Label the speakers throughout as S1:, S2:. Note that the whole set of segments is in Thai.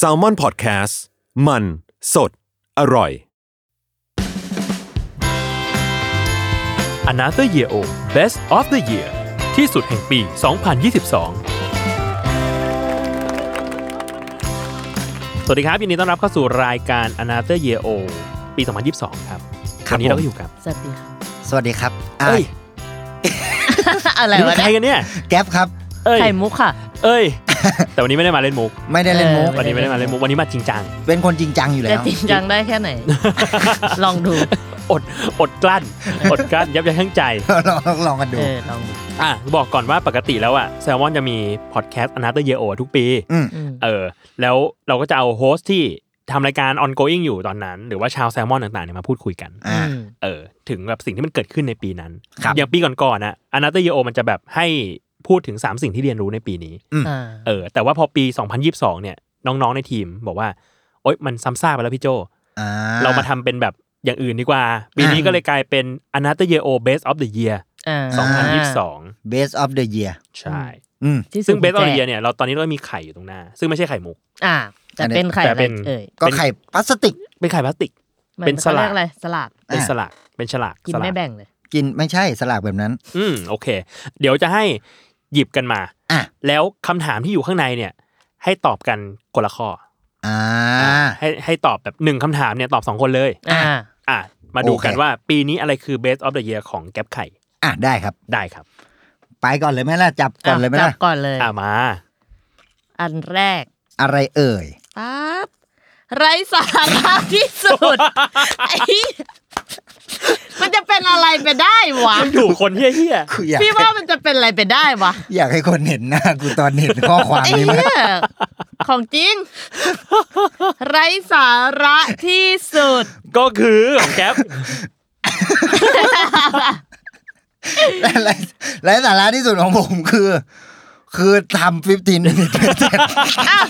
S1: s a l m o n PODCAST มันสดอร่อย
S2: Another Year Old Best of the Year ที่สุดแห่งปี 2022 สวัสดีครับ ยินดีต้อนรับเข้าสู่รายการ Another Year Old ปี 2022 ครับ
S3: ครับ
S2: วันนี้
S3: ผม
S2: เราก็อยู่กับ
S4: สวัสดีค่ะ
S3: สวัสดีครับ
S2: เอ้ย
S4: อะไร
S2: นี่
S4: วะ
S2: ใคร
S4: เนี่ย
S2: กันเนี่ย
S3: แก๊ปครับ
S2: เอ้ย
S4: ไข่มุกค่ะ
S2: เอ้ย แต่วันนี้ไม่ได้มาเล่นมุก
S3: ไม่ได้เล่นมุก
S4: เออ
S2: วันนี้ไม่ได้มาเล่นมุก วันนี้มาจริงจัง
S3: เป็นคนจริงจังอยู่แล้
S4: จะ
S3: ว
S4: จริงจังได้แค่ไหน ลองดู
S2: อด อดกลั้น อดกลั้น ยับยั้งชั่งใจ
S3: ลองลองกันดู
S4: เออลองดู
S2: อ่ะ บอกก่อนว่าปกติแล้วอะแซลมอนจะมีพอดแคสต์ Another Year Old ทุกปี
S3: อืม
S4: อืม
S2: เออแล้วเราก็จะเอาโฮสต์ที่ทำรายการ ongoing อยู่ตอนนั้น หรือว่าชาวแซลมอนต่างๆเนี่ยมาพูดคุยกัน
S3: อ่า
S4: อืม
S2: เออถึงแบบสิ่งที่มันเกิดขึ้นในปีนั้น
S3: ครับ
S2: อย่างปีก่อนๆนะอนาเตอร์เยโอมันจะแบบให้พูดถึง 3 สิ่งที่เรียนรู้ในปีนี้
S4: อ่า
S2: เออแต่ว่าพอปี 2022 เนี่ยน้องๆในทีมบอกว่า โอ๊ยมันซ้ำซากไปแล้วพี่โจ
S3: อ่า
S2: เรามาทำเป็นแบบอย่างอื่นดีกว่า ปีนี้
S3: อ่า
S2: ก็เลยกลายเป็น a n o t h e r Year O Best of the Year
S4: อ่า
S2: 2022
S3: base of the year
S2: ใช่
S3: อืม
S4: ที่
S2: ซึ่ง
S4: กุญ
S2: Best
S4: แจ
S2: of the Year เนี่ยเราตอนนี้เรามีไข่อยู่ตรงหน้า ซึ่งไม่ใช่ไข่มุก
S4: อ่า แต่เป็นไข่
S2: แต่
S4: อะไร
S2: เป็น
S4: เอ่ย
S3: ก็ไข่พลาสติก
S2: เป็นไข่พลาสติก
S4: มั
S2: เป็นสลัด
S4: ขารียอะไรสลัด
S2: เป็น
S3: อ่า
S2: สลากเป็นฉลาก
S4: กิน
S2: สลา
S4: ไม่แบ่งเลย
S3: กินไม่ใช่สลากแบบนั้น
S2: อืมโอเค เดี๋ยวจะให้หยิบกันมา
S3: อ่ะ
S2: แล้วคำถามที่อยู่ข้างในเนี่ย ให้ตอบกันคนละข้อ
S3: อ่า
S2: อ่าให้ให้ตอบแบบหนึ่งคำถามเนี่ยตอบสองคนเลย
S4: อ่า
S2: อ่ะ มาดูกัน
S3: โอเค
S2: ว่าปีนี้อะไรคือ best of the year ของแก๊ปไข่
S3: อ่ะได้ครับ
S2: ได้ครับ
S3: ไปก่อนเลยไหมล่ะ จับก่อนเลยไหม
S4: จั
S3: ล่ะ
S4: บก่อนเลย
S2: อ่ะมา
S4: อันแรก
S3: อะไรเอ่ย
S4: ปั๊บไรสาระที่สุ ดไอ้ มันจะเป็นอะไรไปได้วะ
S2: อยู่คนเฮี้ย
S3: คืออยาก
S4: พี่ว่ามันจะเป็นอะไรไปได้วะ
S3: อยากให้คนเห็นหน้ากูตอนเห็นข้อความ
S4: ไอ้
S3: นี้ มาก
S4: เหี้ยของจริง ไรสาระที่สุด
S2: ๆก็คือของแก๊ป
S3: และและสาระที่สุดของผมคือ คือทำฟิฟติน
S4: อ้าว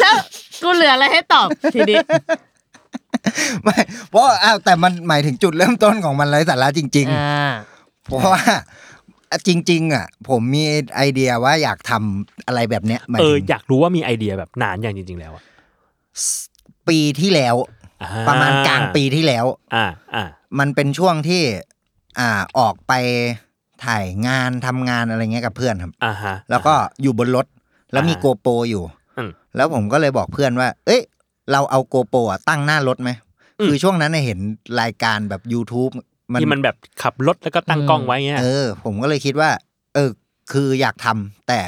S4: แล้วกูเหลืออะไรให้ตอบทีนี้
S3: ไม่เพราะอ้าวแต่มันหมายถึงจุดเริ่มต้นของมันไรสาระจริง ๆ
S4: อ่า
S3: เพราะว่าจริง ๆ อ่ะ ผมมีไอเดียว่าอยากทำอะไรแบบเนี้ยหมาย
S2: เออ
S3: ถึง
S2: อยากรู้ว่ามีไอเดียแบบนานอย่างจริง ๆ แล้วอะ
S3: ปีที่แล้ว
S2: อ่
S3: ประมาณกลางปีที่แล้ว
S2: อ่าอ่า
S3: มันเป็นช่วงที่ อ่าออกไปถ่ายงานทำงานอะไรเงี้ยกับเพื่อนครับ
S2: อ่าฮะ
S3: แล้วก็อยู่บนรถ แล้วมี
S2: อ่า
S3: โกโปรอยู่
S2: อืม
S3: แล้วผมก็เลยบอกเพื่อนว่า เอ้ย เราเอาโกโปรอะตั้งหน้ารถไหม
S2: อืม
S3: คือช่วงนั้นน่ะเห็นรายการแบบ YouTube มัน
S2: ที่มันแบบขับรถแล้วก็ตั้งกล้องไว้เงี้ย
S3: เออ ผมก็เลยคิดว่า เออ คืออยากทำแต่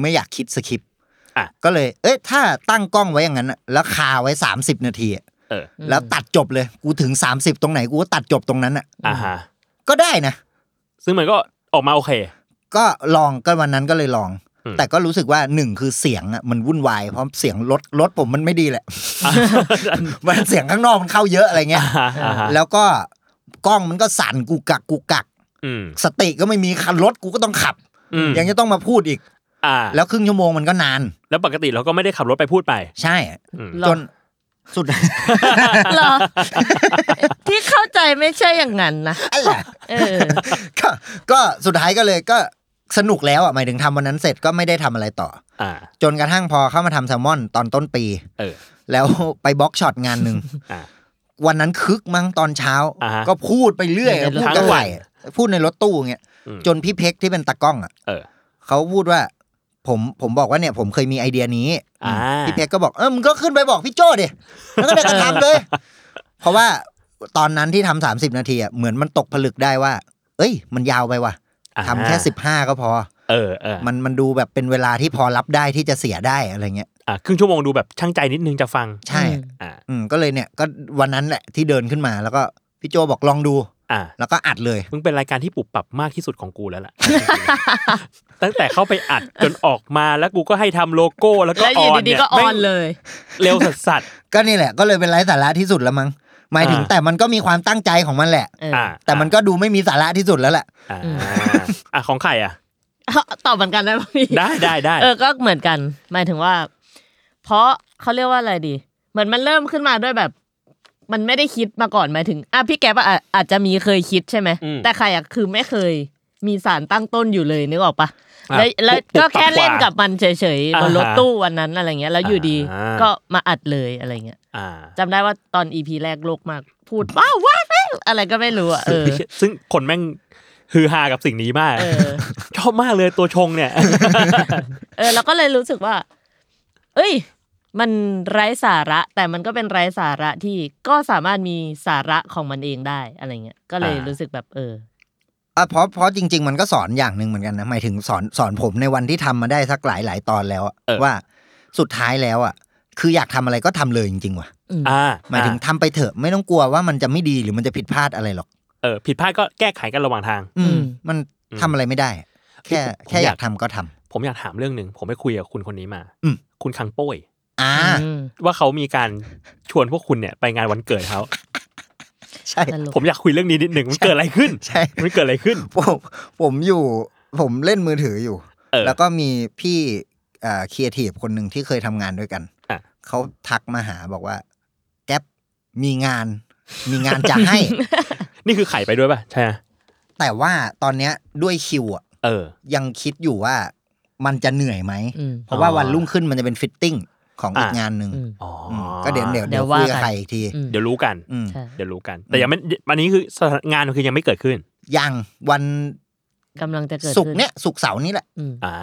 S3: ไม่อยากคิดสคริปต์
S2: อ่ะ
S3: ก็เลย เอ้ยถ้าตั้งกล้องไว้อย่างนั้นน่ะแล้วคาไว้ 30 นาทีอะ
S2: เออ
S3: แล้วตัดจบเลย กูถึง 30 ตรงไหนกูก็ตัดจบตรงนั้นอ่ะ
S2: อ่าฮะ
S3: ก็ได้นะ
S2: ซึ่งมันก็ออกมาโอเค
S3: ก็ลองก็วันนั้นก็เลยลอง
S2: อืม
S3: แต่ก็รู้สึกว่าหนึ่งคือเสียงอ่ะมันวุ่นวายเพราะเสียงรถรถผมมันไม่ดีแหละ มันเสียงข้างนอกมันเข้าเยอะอะไรเงี้ย
S2: อ่าฮะ
S3: แล้วก็กล้องมันก็สั่นกูกักกูกัก
S2: อืม
S3: สติก็ไม่มีคันรถกูก็ต้องขับ
S2: อืม
S3: ยังจะต้องมาพูดอีก
S2: อ่า
S3: แล้วครึ่งชั่วโมงมันก็นาน
S2: แล้วปกติเราก็ไม่ได้ขับรถไปพูดไป
S3: ใช่
S2: อืม
S4: เหรอ
S3: จนสุด
S4: เหรอที่เข้าใจไม่ใช่อย่างนั้นนะ
S3: อะไร
S4: เออ
S3: ก็ก็สุดท้ายก็เลยก็สนุกแล้วอ่ะหมายถึงทำวันนั้นเสร็จก็ไม่ได้ทำอะไรต่อ
S2: อ่า
S3: จนกระทั่งพอเข้ามาทำแซลมอนตอนต้นปี
S2: เออ
S3: แล้วไปบล็อกช็อตงานหนึ่ง
S2: อ่า
S3: วันนั้นคึกมั้งตอนเช้า
S2: อ่าฮะ
S3: ก็พูดไปเรื่อย
S4: ในรถ
S3: พูดกันไหวพูดในรถตู้เงี้ย
S2: อืม
S3: จนพี่เพ็กที่เป็นตากล้องอ่ะ
S2: เออ
S3: เขาพูดว่า ผมผมบอกว่าเนี่ย ผมเคยมีไอเดียนี้
S2: อ่า
S3: พี่เพ็กก็บอกเออมึงก็ขึ้นไปบอกพี่โจ้ดิแล้วก็ได้กระทำเลย เพราะว่าตอนนั้นที่ทำสามสิบนาทีอ่ะเหมือนมันตกผลึกได้ว่า เอ้ย มันยาวไปว่ะ
S2: อ่า
S3: ทำแค่สิบห้าก็พอ
S2: เออเออ
S3: มันมันดูแบบเป็นเวลาที่พอรับได้ที่จะเสียได้อะไรเงี้ย
S2: อ่าครึ่งชั่วโมงดูแบบช่างใจนิดนึงจะฟัง
S3: ใช่
S4: อืม
S2: อ่า
S3: อืมก็เลยเนี่ยก็วันนั้นแหละที่เดินขึ้นมาแล้วก็พี่โจบอกลองดู
S2: อ่ะ
S3: แล้วก็อัดเลย
S2: มึงเป็นรายการที่ปรับปรับมากที่สุดของกูแล้วล่ะ ตั้งแต่เข้าไปอัดจนออกมาแล้วกูก็ให้ทำโลโก้แล้วก็
S4: แล้ว
S2: อ
S4: อยู่
S2: อน
S4: ดี
S2: เนี่ย
S4: ๆก็ออน
S2: แม่ง
S4: เลย
S2: เร็วสัสสัส
S3: ก็นี่แหละ ก็เลยเป็นไร้สาระที่สุดแล้วมั้งหมายถึง
S2: อ่า
S3: แต่มันก็มีความตั้งใจของมันแหละ
S4: เออ
S2: ๆอ่ะ
S3: แต่มันก็ดูไม่มีสาระที่สุดแล้วแหละ
S2: อ่ะอ่ะของใครอ่ะ
S4: ตอบเหมือนกันได้ป่ะพี่
S2: ได้ได้ได้
S4: เออ ก็เหมือนกัน หมายถึงว่า เพราะเขาเรียกว่าอะไรดี เหมือนมันเริ่มขึ้นมาด้วยแบบ มันไม่ได้คิดมาก่อนหมายถึงอ่ะพี่แก๊ปอะอ่ะอาจจะมีเคยคิดใช่ไหม
S2: อืม
S4: แต่ใครอะคือไม่เคย มีสารตั้งต้นอยู่เลยนึกออกปะ
S2: อ่ะ
S4: แล้ว
S2: ปุ๊บปุ๊บ
S4: แล้วก็แค่
S2: ปั๊บกว่า
S4: เล่นกับมันเฉย
S2: อ่า
S4: ๆบ
S2: ฮะ
S4: นรถตู้วันนั้นอะไรเงี้ย แล้วอยู่ดี
S2: อ่า
S4: ก็มาอัดเลยอะไรเงี้ย
S2: อ่า
S4: จำได้ว่าตอนอีพีแรกโลกมาก พูดว้าวว้าวว้าวอะไรก็ไม่รู้อะเออ
S2: ซึ่งคนแม่งฮือฮากับสิ่งนี้มาก
S4: เออ
S2: ชอบมากเลยตัวชงเนี่ย
S4: เออแล้วก็เลยรู้สึกว่า เอ้ย มันไร้สาระ แต่มันก็เป็นไร้สาระที่ก็สามารถมีสาระของมันเองได้อะไรเงี้ย ก็เลย
S2: อ่ารู้
S4: รู้สึกแบบเออ
S3: อ่ะเพราะเพราะจริง ๆ มันก็สอนอย่างหนึ่งเหมือนกันนะหมายถึงสอนสอนผมในวันที่ทำมาได้สักหลายหลายๆตอนแล้วอะ
S2: เออ
S3: ว่าสุดท้ายแล้วอ่ะ คืออยากทำอะไรก็ทำเลยจริงๆว่ะ
S2: อ่า
S3: หมายถึง
S2: อ่
S3: ทำไปเถอะไม่ต้องกลัวว่ามันจะไม่ดีหรือมันจะผิดพลาดอะไรหรอก
S2: เออผิดพลาดก็แก้ไขกันระหว่างทาง
S3: อื
S4: อื
S3: ม
S4: ม
S3: มันทำอะไรไม่ได้ แค่
S2: ผม
S3: แค่อ
S2: อาย
S3: ยาก กทำก็ทำ
S2: ผมอยากถามเรื่องหนึ่งผมไปคุยกับคุณคนนี้มา
S3: อืม
S2: คุณคังโป้ย
S3: อ่า
S4: อืม
S2: ว่าเขามีการชวนพวกคุณเนี่ยไปงานวันเกิดเขา
S3: ใช่
S4: ตลก
S2: ผมอยากคุยเรื่องนี้นิดหนึ่งมันเกิดอะไรขึ้น
S3: ใช่
S2: มันเกิดอะไรขึ้น
S3: ผมผมอยู่ ผมเล่นมือถืออยู่
S2: เออ
S3: แล้วก็มีพี่เอ่อครีเอทีฟคนหนึ่งที่เคยทำงานด้วยกัน
S2: อ่ะ
S3: เขาทักมาหาบอกว่า แก๊ปมีงาน มีงานจะให้
S2: นี่คือไข่ไปด้วยป่ะใช่ไหม
S3: แต่ว่าตอนเนี้ยด้วยคิวอะ
S2: เออ
S3: ยังคิดอยู่ว่ามันจะเหนื่อยไหม
S4: อืม
S3: เพราะว่าวันรุ่งขึ้นมันจะเป็นฟิตติ้งของอีก
S2: อ่ะ
S3: งานหนึ่ง
S4: อืม
S2: อ๋อ
S3: อืมก็เดี๋ยวเดี๋ยว
S4: เดี๋
S3: เดี๋
S4: ย
S3: ยว ว
S4: ว่า
S3: คุยกับ
S4: กัน
S3: ใครอีกที
S4: อืม
S2: เดี๋ยวรู้กัน
S3: อืม
S4: ใช่
S2: เดี๋ยวรู้กัน แต่ยังไม่อันนี้คือสถานงานมันคือยังไม่เกิดขึ้น
S3: ยังวัน
S4: กำลังจะเกิด
S3: ศุกร์
S4: ขึ้
S3: เนี้ยศุกร์เสาร์นี้แหละ
S4: อืม
S2: อ่า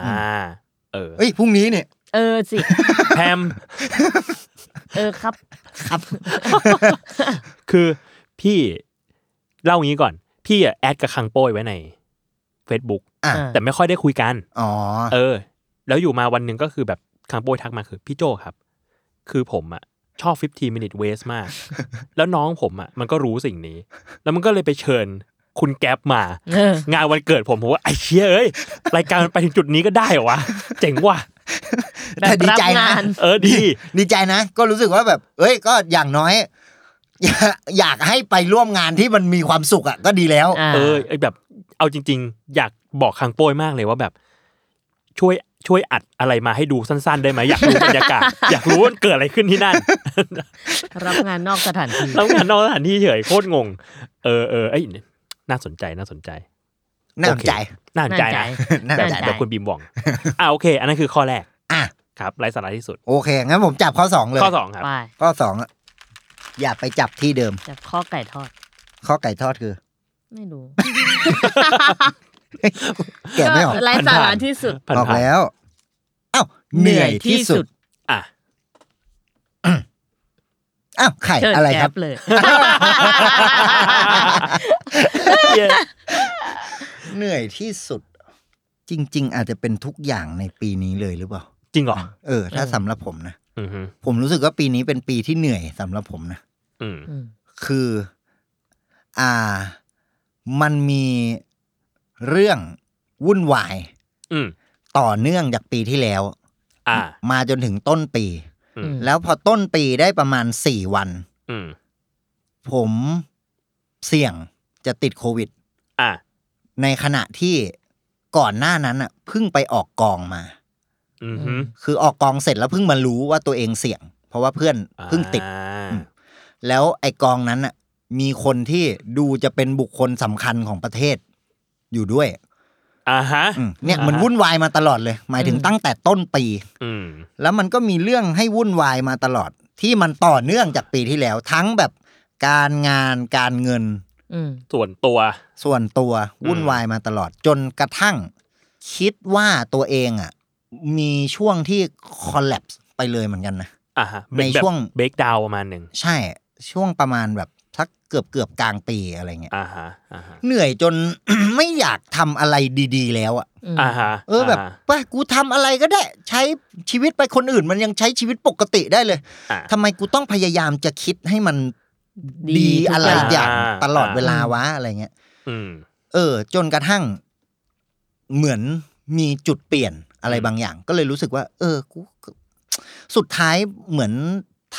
S2: เออ
S3: เอ้ยพรุ่งนี้เนี่ย
S4: เออสิ
S2: แพม
S4: เออครับ
S3: ครับ
S2: คือพี่เล่างี้ก่อน พี่อะแอดกับคังโป้ยไว้ใน Facebook
S3: อ่ะ
S4: อ่า
S2: แต่ไม่ค่อยได้คุยกัน
S3: อ๋อ
S2: เออ แล้วอยู่มาวันหนึ่งก็คือแบบคังโป้ยทักมาคือ พี่โจครับ คือผมอะชอบ 15 minute waste มาก แล้วน้องผมอะมันก็รู้สิ่งนี้ แล้วมันก็เลยไปเชิญคุณแก๊ปมา
S4: เออ
S2: งานวันเกิดผมผมว่าไอ้เชี่ยเอ้ยรายการมันไปถึงจุดนี้ก็ได้เหรอวะ เจ๋งว่ะ
S3: แต่ดีใจ
S4: รับ
S3: นะ
S4: งาน
S2: เออดี
S3: ดีใจนะ ก็รู้สึกว่าแบบ เอ้ย ก็อย่างน้อย อยากอยากให้ไปร่วมงานที่มันมีความสุขอ่ะ ก็ดีแล้ว
S4: อ่า
S2: เออไอ้แบบเอาจริง ๆ อยากบอกคังโป้ยมากเลยว่าแบบ ช่วยช่วยอัดอะไรมาให้ดูสั้น ๆ ได้ไหมอยากรู้บรรยากาศ อยากรู้ว่ามันเกิดอะไรขึ้นที่นั่น
S4: รับงานนอกสถานที่
S2: แล้วงานนอกสถานที่เฉยโคตรงง เออเออไอ้ยน่าสนใจน่าสนใจ
S3: น่าสนใจ
S2: โอเคน่าสนใจนะ
S3: น่าส
S2: แบบ
S3: นใจ
S2: แบบคุณบีมบอกอ่าโอเค อันนั้นคือข้อแรก
S3: อ่ะ
S2: ครับไร้สาระที่สุด
S3: โอเค งั้นผมจับข้อสองเลย
S2: ข้อสองครับ
S4: ไป
S3: ข้อสองอะอย่าไปจับที่เดิม
S4: จับข้อไก่ทอด
S3: ข้อไก่ทอดคือ
S4: ไม่รู้
S3: แก่ไม่ออก
S4: ไร้สาระ
S2: ผ่านๆ
S4: ที่สุด
S2: ผ่าน
S3: ออก
S2: ผ่าน
S3: แล้ว อ้าว เหนื่อยที่สุด
S2: อ่ะ
S3: อ้าว ไข่
S4: เชิญ
S3: อะไรครับ
S4: แก๊ปเลย
S2: เย้
S3: เหนื่อยที่สุด จริง ๆ อาจจะเป็นทุกอย่างในปีนี้เลยหรือเปล่า
S2: จริงเหรอ
S3: เออ ถ้า
S4: เออ
S3: สำหรับผมนะ
S2: อือหือ
S3: ผมรู้สึกว่าปีนี้เป็นปีที่เหนื่อยสำหรับผมนะ
S2: อืม
S4: อืม
S3: คือ อ่า มันมีเรื่องวุ่นวาย
S2: อืม
S3: ต่อเนื่องจากปีที่แล้ว
S2: อ่า
S3: มาจนถึงต้นปี
S2: อืม
S3: แล้วพอต้นปีได้ประมาณสี่วัน
S2: อืม
S3: ผมเสี่ยงจะติดโควิด
S2: อ่ะ
S3: ในขณะที่ก่อนหน้านั้นอ่ะเพิ่งไปออกกองมา
S2: อือหือ
S3: คือออกกองเสร็จแล้วเพิ่งมารู้ว่าตัวเองเสี่ยง เพราะว่าเพื่อนเพิ่งติด
S2: อ่า
S3: อืม แล้วไอกองนั้นอ่ะ มีคนที่ดูจะเป็นบุคคลสำคัญของประเทศ อยู่ด้วย
S2: อ่าฮะ
S3: อืมเนี่ย
S2: อ่ามั
S3: มันวุ่นวายมาตลอดเลย หมายถึงตั้งแต่ต้นปี
S2: อืม
S3: แล้วมันก็มีเรื่องให้วุ่นวายมาตลอด ที่มันต่อเนื่องจากปีที่แล้ว ทั้งแบบการงานการเงิน
S4: อืม
S2: ส่วนตัว
S3: ส่วนตัว
S2: อืม
S3: วุ่นวายมาตลอด จนกระทั่ง คิดว่าตัวเองอ่ะมีช่วงที่ collapse ไปเลยเหมือนกันนะ
S2: อ่าฮะ
S3: ในช่วง
S2: เบรกดาวประมาณหนึ่ง
S3: ใช่ช่วงประมาณแบบสักเกือบเกือบกลางปีอะไรเงี้ย
S2: อ่าฮะอ่าฮะ
S3: เหนื่อยจน ไม่อยากทำอะไรดีๆ แล้วอ่ะ
S4: อืม
S2: อ่าฮะ
S3: เออแบบ
S2: าฮะ
S3: ว่ากูทำอะไรก็ได้ ใช้ชีวิตไปคนอื่นมันยังใช้ชีวิตปกติได้เลย
S2: อ่ะ
S3: ทำไมกูต้องพยายามจะคิดให้มัน ดีอะไร
S4: ทุก
S3: อ
S4: อย่าง
S3: ย่าง
S2: อ่า
S3: ตลอดเวลาวะอะไรเงี้ย
S2: อืม
S3: เออ จนกระทั่งเหมือนมีจุดเปลี่ยนอะไรบางอย่าง ก็เลยรู้สึกว่า เออกูกูสุดท้ายเหมือน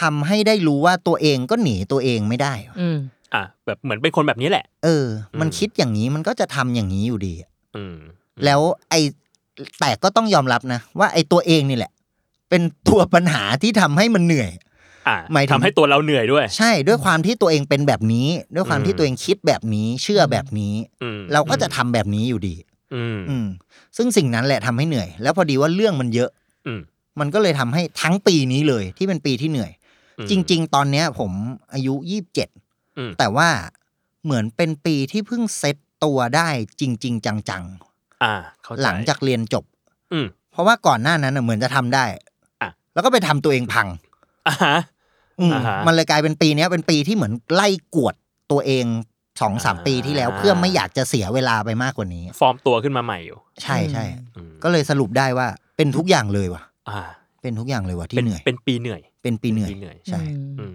S3: ทำให้ได้รู้ว่าตัวเองก็หนีตัวเองไม่ได้วะ
S4: อืม
S2: อ่ะแบบเหมือนเป็นคนแบบนี้แหละ
S3: เออ มัน
S2: อืม
S3: คิดอย่างนี้มันก็จะทำอย่างนี้อยู่ดีอะ
S2: อืม
S3: แล้วไอแต่ก็ต้องยอมรับนะ ว่าไอตัวเองนี่แหละ เป็นตัวปัญหาที่ทำให้มันเหนื่อย
S2: อ่ะ
S3: หมายถึง
S2: ทำให้ตัวเราเหนื่อยด้วย
S3: ใช่ด้วยความที่ตัวเองเป็นแบบนี้ ด้วยความที่ตัวเองคิดแบบนี้ เชื่อแบบนี้
S2: อืม
S3: เราก็จะทำแบบนี้อยู่ดี
S2: อืม
S3: อืม ซึ่งสิ่งนั้นแหละทำให้เหนื่อย แล้วพอดีว่าเรื่องมันเยอะ
S2: อืม
S3: มันก็เลยทำให้ทั้งปีนี้เลย ที่เป็นปีที่เหนื่อย
S2: อืม
S3: จริง ๆ ตอนเนี้ยผมอายุยี่บเจ็ด
S2: อืม
S3: แต่ว่าเหมือนเป็นปีที่เพิ่งเซ็ตตัวได้จริง ๆ จัง
S2: อ่าเข้าใจ
S3: ๆ หลังจากเรียนจบ
S2: อืม
S3: เพราะว่าก่อนหน้านั้นน่ะเหมือนจะทำได้
S2: อ่ะ
S3: แล้วก็ไปทำตัวเองพัง
S2: อ่าฮะ
S3: อืม
S2: อ่าฮะ
S3: มันเลยกลายเป็นปีเนี้ยเป็นปีที่เหมือนไล่กวดตัวเองสองสาม
S2: อ่า
S3: ปีที่แล้วเพื่อไม่อยากจะเสียเวลาไปมากกว่านี้
S2: ฟอร์มตัวขึ้นมาใหม่อยู่
S3: ใช่ใช่
S2: อืม
S3: ก็เลยสรุปได้ว่าเป็นทุกอย่างเลยว่ะ
S2: อ่า
S3: เป็นทุกอย่างเลยว่ะที่
S2: เป็น
S3: เหนื่อย
S2: เป็นปีเหนื่อย
S3: เป็นปีเหนื่อย
S2: ปีเหนื่อย
S3: ใช่
S2: อืม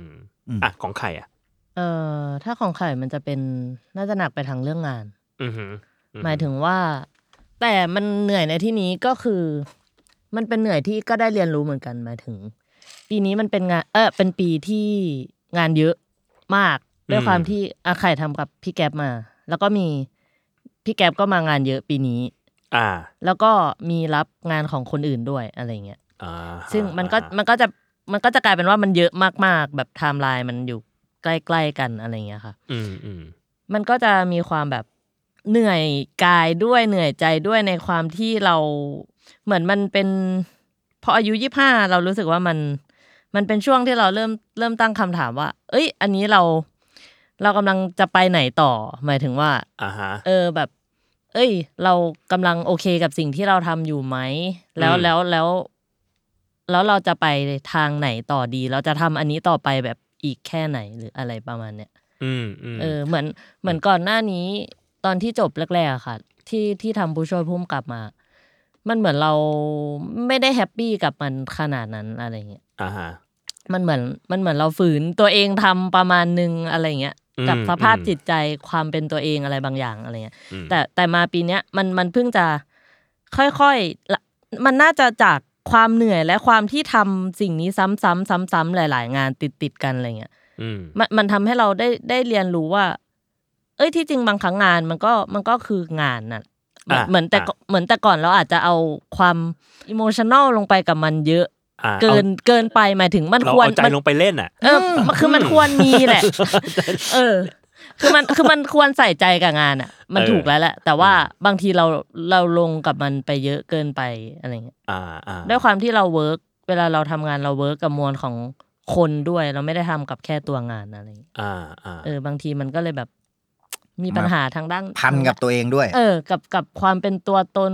S3: อืม
S2: อ่ะของใครอ่ะ
S4: เอ่อถ้าของไข่มันจะเป็นน่าจะหนักไปทางเรื่องงาน
S2: อือหืออืออ
S4: หมายถึงว่า แต่มันเหนื่อยในที่นี้ก็คือ มันเป็นเหนื่อยที่ก็ได้เรียนรู้เหมือนกันหมายถึง ปีนี้มันเป็นงานเออเป็นปีที่งานเยอะมากด้วยความที่อาไข่ทำกับพี่แก๊บมา แล้วก็มีพี่แก๊บก็มางานเยอะปีนี้
S2: อ่า
S4: แล้วก็มีรับงานของคนอื่นด้วยอะไรเงี้ย
S2: อ่า
S4: ซึ่งมันก็มันก็จะมันก็จะกลายเป็นว่ามันเยอะมากๆ แบบไทม์ไลน์มันอยู่ใกล้ๆกันอะไรเงี้ยค่ะ
S2: อืมอืม
S4: มันก็จะมีความแบบเหนื่อยกายด้วยเหนื่อยใจด้วยในความที่เราเหมือนมันเป็นพออายุยี่ห้าเรารู้สึกว่ามันมันเป็นช่วงที่เราเริ่มเริ่มตั้งคำถามว่า เอ้ย อันนี้เรา เรากำลังจะไปไหนต่อ หมายถึงว่า
S2: อ่าฮะ
S4: เออแบบ เอ้ย เรากำลังโอเคกับสิ่งที่เราทำอยู่ไหมแล้ว
S2: อืม
S4: แล้วแล้ว แล้วเราจะไปทางไหนต่อดี เราจะทำอันนี้ต่อไปแบบอีกแค่ไหนหรืออะไรประมาณเนี้ย
S2: อืมอืม
S4: เออเหมือนเหมือนก่อนหน้านี้ตอนที่จบแรกๆอะค่ะ ที่ที่ทำผู้ช่วยพุ่มกลับมา มันเหมือนเราไม่ได้แฮปปี้กับมันขนาดนั้นอะไรเงี้ย
S2: อ่าฮะ
S4: มันเหมือนมันเหมือนเราฝืนตัวเองทำประมาณนึงอะไรเงี้ย
S2: อืม
S4: กับสภาพ
S2: อืม
S4: จิตใจความเป็นตัวเองอะไรบางอย่างอะไรเงี้ย
S2: อืม
S4: แต่แต่มาปีเนี้ยมันมันเพิ่งจะค่อยๆละมันน่าจะจากความเหนื่อยและความที่ทำสิ่งนี้ซ้ำๆซ้ำๆหลาย ๆ งานติดๆกันอะไรเงี้ย
S2: อืม
S4: มันมันทำให้เราได้ได้เรียนรู้ว่า เอ้ยที่จริงบางครั้งงานมันก็มันก็คืองานน่ะเหมือนะ เหมือนแต่
S2: อ่ะ
S4: ก่อนเหมือนแต่ก่อนเราอาจจะเอาความอิโมชันแนลลงไปกับมันเยอะ
S2: อ่า
S4: เกิน
S2: อา
S4: เกินไปหมายถึงมัน
S2: เรา
S4: ควร
S2: เอาใจ
S4: มัน
S2: ลงไปเล่นอ่ะ
S4: เออมันคือมันควรมีแหละ เออ คือมันคือมันควรใส่ใจกับงานอ่ะ มัน
S2: เออ
S4: ถูกแล้วแหละ แต่ว่าบางทีเราเราลงกับมันไปเยอะเกินไปอะไรเงี้ย
S2: อ่าอ่า
S4: ด้วยความที่เราเวิร์กเวลาเราทำงานเราเวิร์กกับมวลของคนด้วย เราไม่ได้ทำกับแค่ตัวงานอะไรเงี้ย
S2: อ่าอ่า
S4: เออบางทีมันก็เลยแบบ มีปัญหาทางด้าน
S3: พันกับตัวเองด้วย
S4: เออ กับกับความเป็นตัวตน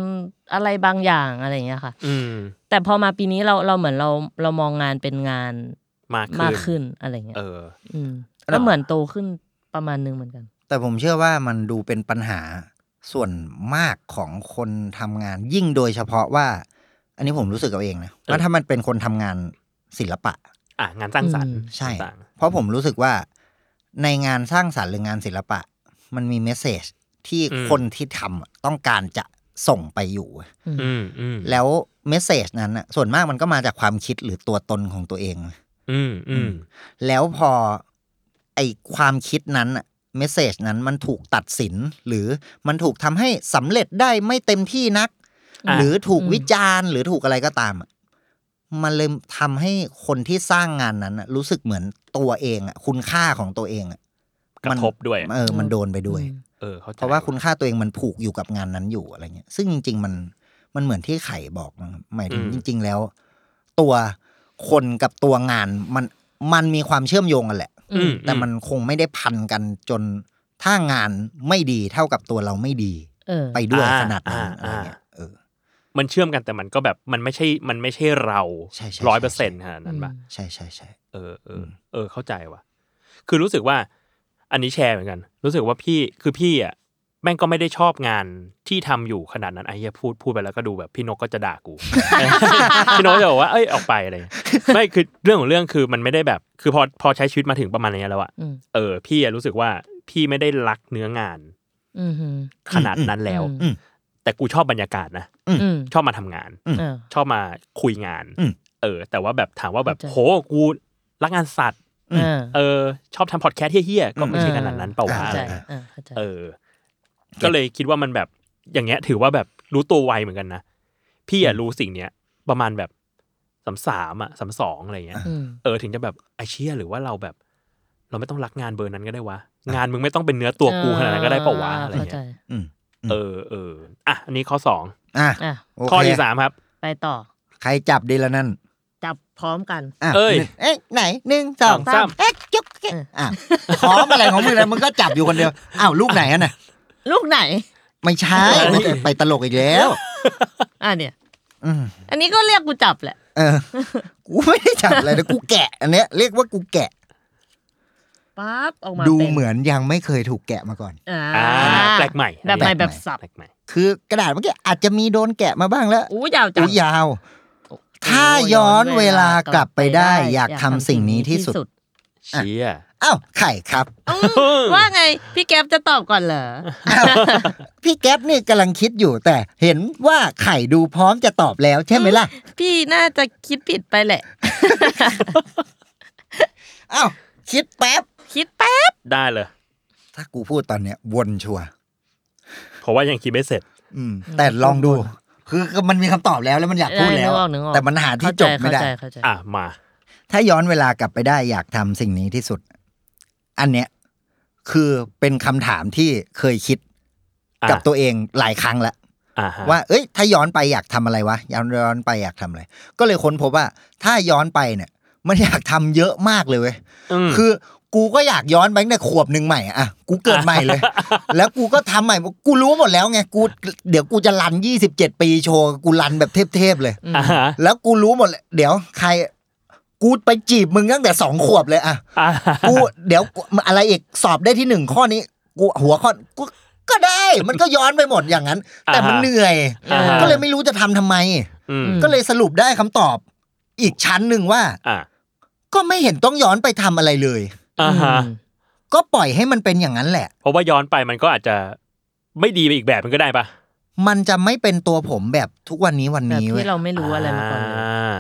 S4: อะไรบางอย่างอะไรอย่างเงี้ยค่ะ
S2: อืม
S4: แต่พอมาปีนี้เราเราเหมือนเราเรามองงานเป็นงาน
S2: มาก
S4: มา
S2: ขึ้
S4: ก
S2: น
S4: ขึ้นอะไรเงี้ย
S2: เออ
S4: อืม
S3: แล้ว
S4: ก็เหมือนโตขึ้นประมาณนึงเหมือนกัน
S3: แต่ผมเชื่อว่ามันดูเป็นปัญหาส่วนมากของคนทำงาน ยิ่งโดยเฉพาะว่า อันนี้ผมรู้สึกเอาเองนะว่าถ้ามันเป็นคนทำงานศิลปะ
S2: อ่ะงานสร้างสรรค์
S4: อืม
S3: ใช่
S2: ต่าง
S3: เพราะผมรู้สึกว่าในงานสร้างสรรค์หรืองานศิลปะ มันมีเมสเซจที่คนที่ทำอะต้องการจะส่งไปอยู่
S2: ๆอืมอืม
S3: แล้วเมสเซจนั้นน่ะส่วนมากมันก็มาจากความคิดหรือตัวตนของตัวเอง
S2: อืมอืม
S3: แล้วพอไอความคิดนั้นน่ะเมสเซจนั้นมันถูกตัดสิน หรือมันถูกทำให้สำเร็จได้ไม่เต็มที่นัก
S2: ะ
S3: หรือถูก
S4: อืม
S3: วิจารณ์ หรือถูกอะไรก็ตามอะมันเลยทำให้คนที่สร้างงานนั้นน่ะรู้สึกเหมือนตัวเองอะคุณค่าของตัวเองอะ
S2: กระ
S3: มัน
S2: ทบด้วย
S3: เออมันโดนไปด้วย
S4: อืม
S2: เออเข้าใจ
S3: เพราะว่าคุณค่าตัวเองมันผูกอยู่กับงานนั้นอยู่อะไรเงี้ย ซึ่งจริง ๆ มันมันเหมือนที่ไข่บอกนะครับหมายถึงจริง ๆ แล้ว ตัวคนกับตัวงานมันมันมีความเชื่อมโยงกันแหละ
S2: อืม
S3: แต่มันคงไม่ได้พันกันจนถ้างานไม่ดีเท่ากับตัวเราไม่ดี
S4: เออ
S3: ไปด้วยขนาดนั้นอะไรเงี้ยเออ
S2: มันเชื่อมกันแต่มันก็แบบมันไม่ใช่มันไม่ใช่เรา
S3: ใช่ใช่
S2: ร้อยเปอร์
S3: ใช่
S2: เซ็นต์ขนาดนั้นปะ
S3: ใช่ใช่ใช่
S2: เออเออเออเข้าใจว่ะ คือรู้สึกว่า อันนี้แชร์เหมือนกัน รู้สึกว่าพี่คือพี่อ่ะ แม่งก็ไม่ได้ชอบงานที่ทำอยู่ขนาดนั้นไอ้เหี้ยพูดพูดไปแล้วก็ดูแบบพี่นกก็จะด่ากู พี่นกก็จะบอกว่าเอ้ยออกไปอะไรเงี้ยไม่คือเรื่องของเรื่องคือมันไม่ได้แบบ คือพอพอใช้ชีวิตมาถึงประมาณเนี้ยแล้วอะ
S4: อืม
S2: เออพี่อะรู้สึกว่าพี่ไม่ได้รักเนื้องาน
S4: อืมฮึ
S2: ขนาดนั้นแล้ว
S3: อืม
S2: แต่กูชอบบรรยากาศนะ
S4: อืม
S2: ชอบมาทำงาน
S4: เออ
S2: ชอบมาคุยงาน
S3: อืม
S2: เออ แต่ว่าแบบถามว่าแบบ
S4: เข้าใจ
S2: โหกูรักงานสัตว์
S3: อืม
S4: เออ
S2: เออ ชอบทำพอดแคสต์เฮี้ยๆก็ไม่ใช่ขนาดนั้นเปล่าวะ
S4: เข้า
S2: อะ
S4: ใจ
S2: ไร
S3: อ่
S2: เงี้ย
S4: เออเข้าใจ
S2: เออ ก็เลยคิดว่ามันแบบอย่างเงี้ย ถือว่าแบบรู้ตัวไวเหมือนกันนะ พี่อะรู้สิ่งเนี้ย ประมาณแบบสามสามอะสามสองอะไรเงี้ย
S4: อืม
S2: เออถึงจะแบบไอเชี่ยหรือว่าเราแบบ เราไม่ต้องรักงานเบอร์นั้นก็ได้วะงานมึงไม่ต้องเป็นเนื้อตัวกูขนาดนั้นก็ได้เปล่าวะอะไร
S4: เข้าใจ
S2: เงี้ย
S3: อืม
S2: เออเอออ่ะอันนี้ข้อสอง
S3: อ่ะ
S4: อ่ะ
S3: โอเค
S2: ข้อที่สามครับ
S4: ไปต่อ
S3: ใครจับดีละนั่น
S4: จับพร้อมกัน
S3: อ่ะ
S2: เอ้ย
S3: หนึ่งเอ้ยไหนหนึ่งสอ
S2: สอ
S3: ง
S2: งสา
S3: สาม มเอ๊ะจุ๊บเอ๊ะอ่ะพร้อมอะไรของมึงแล้วมึงก็จับอยู่คนเดียวอ้าวลูกไหนอ่ะน่ะ
S4: ลูกไหน
S3: ไม่ใช่ไม่ใช่ไปตลกอีกแล้ว
S4: อ่ะเนี่ย
S3: อืม
S4: อันนี้ก็เรียกกูจับแหละ
S3: เออ กูไม่ได้จับอะไรนะกูแกะ อันเนี้ยเรียกว่ากูแกะ
S4: ปั๊บ ออกมา
S3: ดู
S4: ป็
S3: เหมือนยังไม่เคยถูกแกะมาก่อน
S4: อ่า
S2: อ่าแปลกใหม่
S4: แบบใหม่แบบสับ
S2: แปลกใหม่
S3: คือกระดาษเมื่อกี้อาจจะมีโดนแกะมาบ้างแล้ว
S4: อู้ยาวจั
S3: อุ๊
S4: ง
S3: ยยาว ถ้าย้อนเวลากลับไปได้ อยากทำสิ่งนี้ที่สุด
S2: เชีย
S3: อ้าวไข่ครับ
S4: อืมว่าไง พี่แก๊ปจะตอบก่อนเหรอ
S3: อ้าวพี่แก๊ปนี่กำลังคิดอยู่ แต่เห็นว่าไข่ดูพร้อมจะตอบแล้วใช่ไหมล่ะ
S4: พี่น่าจะคิดผิดไปแหละ
S3: อ้าวคิดแป๊บ
S4: คิดแป๊บ
S2: ได้เลย
S3: ถ้ากูพูดตอนเนี้ยวนชัวร์
S2: เพราะว่ายังคิดไม่เสร็จ
S3: อืม แต่ลองดู คือมันมีคำตอบแล้วแล้วมันอยากพูดแล้ว
S4: เออนึกออกนึกออก
S3: แต่มันหาที่
S4: เข้า
S3: จ
S4: ใจ
S3: บไม่
S4: เข้า
S3: ได้
S4: ใจเข้าใจ
S2: อ่ะมา
S3: ถ้าย้อนเวลากลับไปได้อยากทำสิ่งนี้ที่สุด อันเนี้ยคือเป็นคำถามที่เคยคิด
S2: อ่ะ
S3: กับตัวเองหลายครั้งแล้ว
S2: อ่าฮะ
S3: ว่า เอ้ย ถ้าย้อนไปอยากทำอะไรวะย้อนย้อนไปอยากทำอะไร ก็เลยค้นพบว่า ถ้าย้อนไปเนี่ย มันอยากทำเยอะมากเลยเว้ย
S2: ม
S3: คือกูก็อยากย้อนไปตั้งแต่ขวบหนึ่งใหม่อะอ่ะกูเกิดใหม่ เลย แล้วกูก็ทำใหม่กูรู้หมดแล้วไงกูเดี๋ยวกูจะรันยี่สิบเจ็ดปีโชว์กูรันแบบเทพๆเลย
S4: อืม
S2: อ่าฮะ
S3: แล้วกูรู้หมดเลยเดี๋ยวใคร กูไปจีบมึงตั้งแต่สองขวบเลยอะ
S2: อ่าฮะ
S3: กูเดี๋ยวกูอะไรอีกสอบได้ที่หนึ่งข้อนี้ กูหัวข้อกูก็ได้ มันก็ย้อนไปหมดอย่างนั้น แต่มันเหนื่อย
S2: อ่าฮะ
S3: ก็เลยไม่รู้จะทำทำไม
S2: อืม
S4: อืม
S3: ก็เลยสรุปได้คำตอบ อีกชั้นหนึ่งว่า
S2: อ่า
S3: ก็ไม่เห็นต้องย้อนไปทำอะไรเลย
S2: อ่าฮะ
S3: ก็ปล่อยให้มันเป็นอย่างนั้นแหละ
S2: เพราะว่าย้อนไปมันก็อาจจะไม่ดีไปอีกแบบมันก็ได้ปะ
S3: มันจะไม่เป็นตัวผมแบบทุกวันนี้วัน
S4: แบบ
S3: นี้เว้ย
S4: ที่เราไม่รู้อะไรมาก่อนเลย
S2: า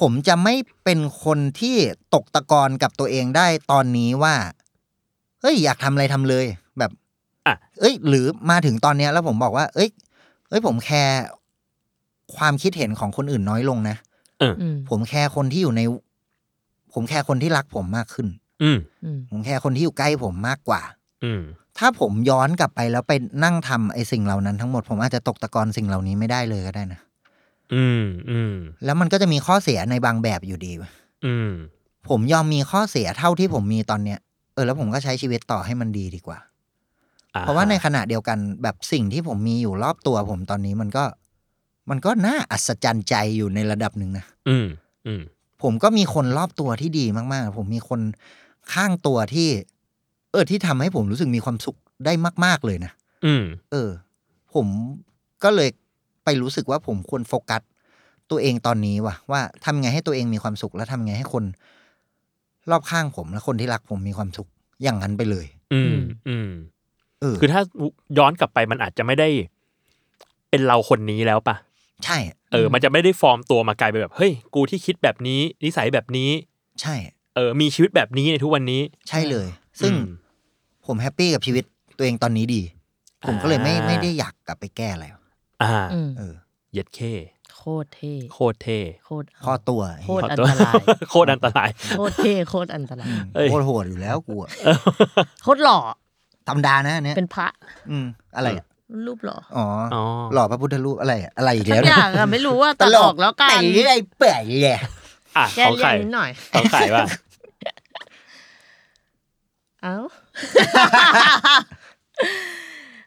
S3: ผมจะไม่เป็นคนที่ตกตะกอนกับตัวเองได้ตอนนี้ว่า เฮ้ย อยากทำอะไรทำเลย แบบ
S2: อ่ะ
S3: เอ้ย หรือมาถึงตอนเนี้ยแล้วผมบอกว่า เอ้ย เอ้ย ผมแคร์ความคิดเห็นของคนอื่นน้อยลงนะ
S4: อืม
S3: ผมแคร์คนที่อยู่ใน ผมแคร์คนที่รักผมมากขึ้น
S2: อืม
S4: อืม
S3: ผมแคร์คนที่อยู่ใกล้ผมมากกว่า
S2: อืม
S3: ถ้าผมย้อนกลับไปแล้วไปนั่งทำไอ้สิ่งเหล่านั้นทั้งหมดผมอาจจะตกตะกอนสิ่งเหล่านี้ไม่ได้เลยก็ได้นะ
S2: อืมอืม
S3: แล้วมันก็จะมีข้อเสียในบางแบบอยู่ดีเว้ย
S2: อืม
S3: ผมยอมมีข้อเสียเท่าที่ผมมีตอนเนี้ย เออแล้วผมก็ใช้ชีวิตต่อให้มันดีดีกว่า
S2: อ่
S3: เพราะว่าในขณะเดียวกันแบบสิ่งที่ผมมีอยู่รอบตัวผมตอนนี้มันก็ มันก็น่าอัศจรรย์ใจอยู่ในระดับหนึ่งนะ
S2: อืมอืม
S3: ผมก็มีคนรอบตัวที่ดีมากๆ ผมมีคนข้างตัวที่ เออที่ทำให้ผมรู้สึกมีความสุขได้มาก ๆเลยนะ
S2: อืม
S3: เออ ผมก็เลยไปรู้สึกว่าผมควรโฟกัสตัวเองตอนนี้ว่ะว่าทำไงให้ตัวเองมีความสุข และทำไงให้คนรอบข้างผมและคนที่รักผมมีความสุข อย่างนั้นไปเลย
S2: อืมอืม
S3: เออ
S2: คือถ้าย้อนกลับไปมันอาจจะไม่ได้ เป็นเราคนนี้แล้วปะ
S3: ใช่
S2: เออ มันจะไม่ได้ฟอร์มตัวมากลายเป็นแบบ เฮ้ย กูที่คิดแบบนี้ นิสัยแบบนี้
S3: ใช่
S2: เออ มีชีวิตแบบนี้ในทุกวันนี้
S3: ใช่เลย ซึ่ง
S2: อืม
S3: ผมแฮปปี้กับชีวิตตัวเองตอนนี้ดี ผมก็เลยไม่ไม่ได้อยากกลับไปแก้อะไร
S2: อ่า
S4: อืม
S3: เออ
S2: เย็ดเค
S4: โคตรเท่
S2: โคตรเท่
S4: โคตร
S3: พอตัว
S4: โคตรอันตราย
S2: โคตรอันตราย
S4: โคตรเท่โคตรอันตราย
S2: เอ้ย
S3: โคตรโหดอยู่แล้วกูอะ
S4: โคตรหล่อ
S3: ธรรมดานะอันเนี่ย
S4: เป็นพระ
S3: อืมอะไรอะ
S4: รูปหล่อ
S3: อ๋อ
S2: อ๋อ
S3: หล่อพระพุทธรูปอะไรอะอะไรอีก
S4: สั
S3: แล้
S4: ก
S3: ว
S4: อ
S3: เนี่ย
S4: ย่างอะไม่รู้ว่าตัดออกแล้วกัน
S3: ตลไอ้เป๋ยเลย
S2: อ่ะ
S4: แก้
S2: ของ
S4: เลี่ย
S2: ไข่
S4: นนิดหน่อย
S2: ของไข่ว่า
S4: เอ้า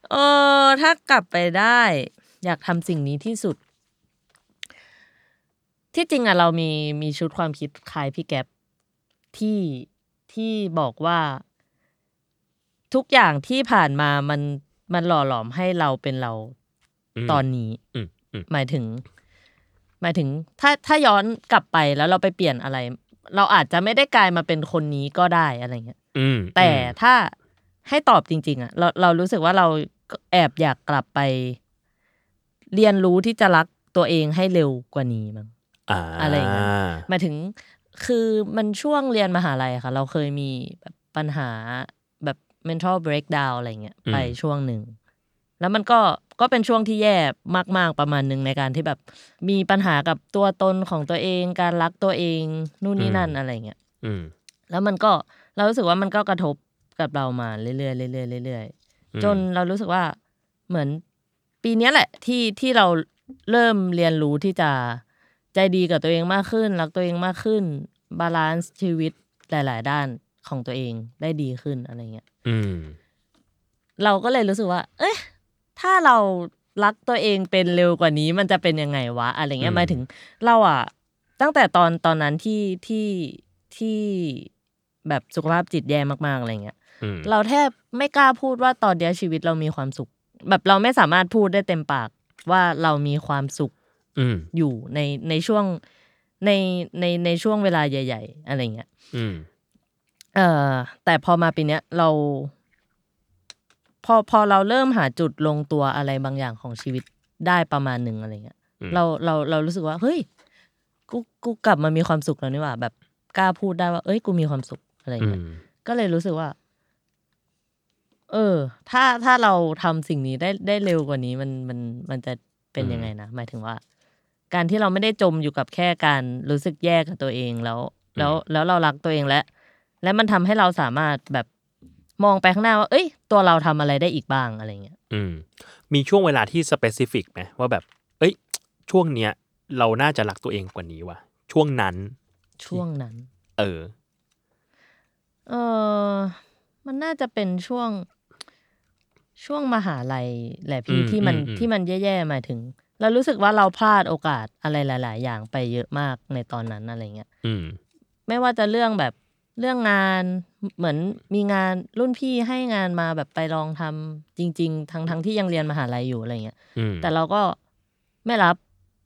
S4: เออถ้ากลับไปได้ อยากทำสิ่งนี้ที่สุด ที่จริงอะเรามีมีชุดความคิดคล้ายพี่แก๊ปที่ที่บอกว่า ทุกอย่างที่ผ่านมามัน มันหล่อหลอมให้เราเป็นเรา
S2: ม
S4: ตอนนี้
S2: อืมอืม
S4: หมายถึง หมายถึง ถ้าถ้าย้อนกลับไปแล้วเราไปเปลี่ยนอะไร เราอาจจะไม่ได้กลายมาเป็นคนนี้ก็ได้อะไรเงี้ย
S2: อืม
S4: แต่ถ้าให้ตอบจริง ๆ อ่ะ เราเรารู้สึกว่าเราแอบอยากกลับไป เรียนรู้ที่จะรักตัวเองให้เร็วกว่านี้มั้ง
S2: อา
S4: อะไรอย่างเงี้ย หมายถึงคือมันช่วงเรียนมหาลัยค่ะ เราเคยมีแบบปัญหาแบบ mental breakdown อะไรเงี้ยไปช่วงหนึ่ง แล้วมันก็ก็เป็นช่วงที่แย่มากๆประมาณหนึ่งในการที่แบบมีปัญหากับตัวตนของตัวเอง การรักตัวเองนู่นนี่นั่นอะไรเงี้ย
S2: อืม
S4: แล้วมันก็เรารู้สึกว่ามันก็กระทบกับเรามาเรื่อยๆเรื่อยๆเรื่อยๆ
S2: อืม
S4: จนเรารู้สึกว่าเหมือนปีเนี้ยแหละที่ที่เราเริ่มเรียนรู้ที่จะใจดีกับตัวเองมากขึ้น รักตัวเองมากขึ้น บาลานซ์ชีวิตหลาย ๆ ด้านของตัวเองได้ดีขึ้นอะไรเงี้ย
S2: อืม
S4: เราก็เลยรู้สึกว่า เอ๊ะถ้าเรารักตัวเองเป็นเร็วกว่านี้ มันจะเป็นยังไงวะอะไรเงี้ยหมายถึงเราอะตั้งแต่ตอนตอนนั้นที่ที่ที่แบบสุขภาพจิตแย่มากๆอะไรเงี้ย
S2: อืม
S4: เราแทบไม่กล้าพูดว่าตอนเดียวชีวิตเรามีความสุข แบบเราไม่สามารถพูดได้เต็มปากว่าเรามีความสุข
S2: อืม
S4: อยู่ในในช่วงในในในช่วงเวลาใหญ่ ๆ อะไรเงี้ย
S2: อืม
S4: เอ่อแต่พอมาปีเนี้ยเรา พอพอเราเริ่มหาจุดลงตัวอะไรบางอย่างของชีวิตได้ประมาณหนึ่งอะไรเงี้ย เราเราเรารู้สึกว่า เฮ้ยกูกูกลับมามีความสุขแล้วนี่หว่า แบบกล้าพูดได้ว่า เอ้ยกูมีความสุขอะไร
S2: อื
S4: เงี้ย
S2: ม
S4: ก็เลยรู้สึกว่า เออ ถ้าถ้าเราทำสิ่งนี้ได้ได้เร็วกว่านี้มันมันมันจะเป็นยังไงนะหมายถึงว่า การที่เราไม่ได้จมอยู่กับแค่การรู้สึกแย่กับตัวเองแล้ว แล้วแล้วเรารักตัวเองและ และมันทำให้เราสามารถแบบมองไปข้างหน้าว่า เอ้ย ตัวเราทำอะไรได้อีกบ้างอะไรเงี้ย
S2: อืมมีช่วงเวลาที่สเปซิฟิกไหมว่าแบบ เอ้ย ช่วงเนี้ย เราน่าจะรักตัวเองกว่านี้ว่ะช่วงนั้น
S4: ช่วงนั้น
S2: เออ
S4: เออมันน่าจะเป็นช่วงช่วงมหาลัยแหละพี่
S2: อืม
S4: ที่มัน
S2: อืมอืม
S4: ที่มันแย่ๆหมายถึง เรารู้สึกว่าเราพลาดโอกาสอะไรหลาย ๆ อย่างไปเยอะมากในตอนนั้นอะไรเงี้ย
S2: อืม
S4: ไม่ว่าจะเรื่องแบบเรื่องงานเหมือนมีงานรุ่นพี่ให้งานมาแบบไปลองทำจริง ๆ ทั้งทั้งที่ยังเรียนมหาลัยอยู่อะไรเงี้ย
S2: อืม
S4: แต่เราก็ไม่รับ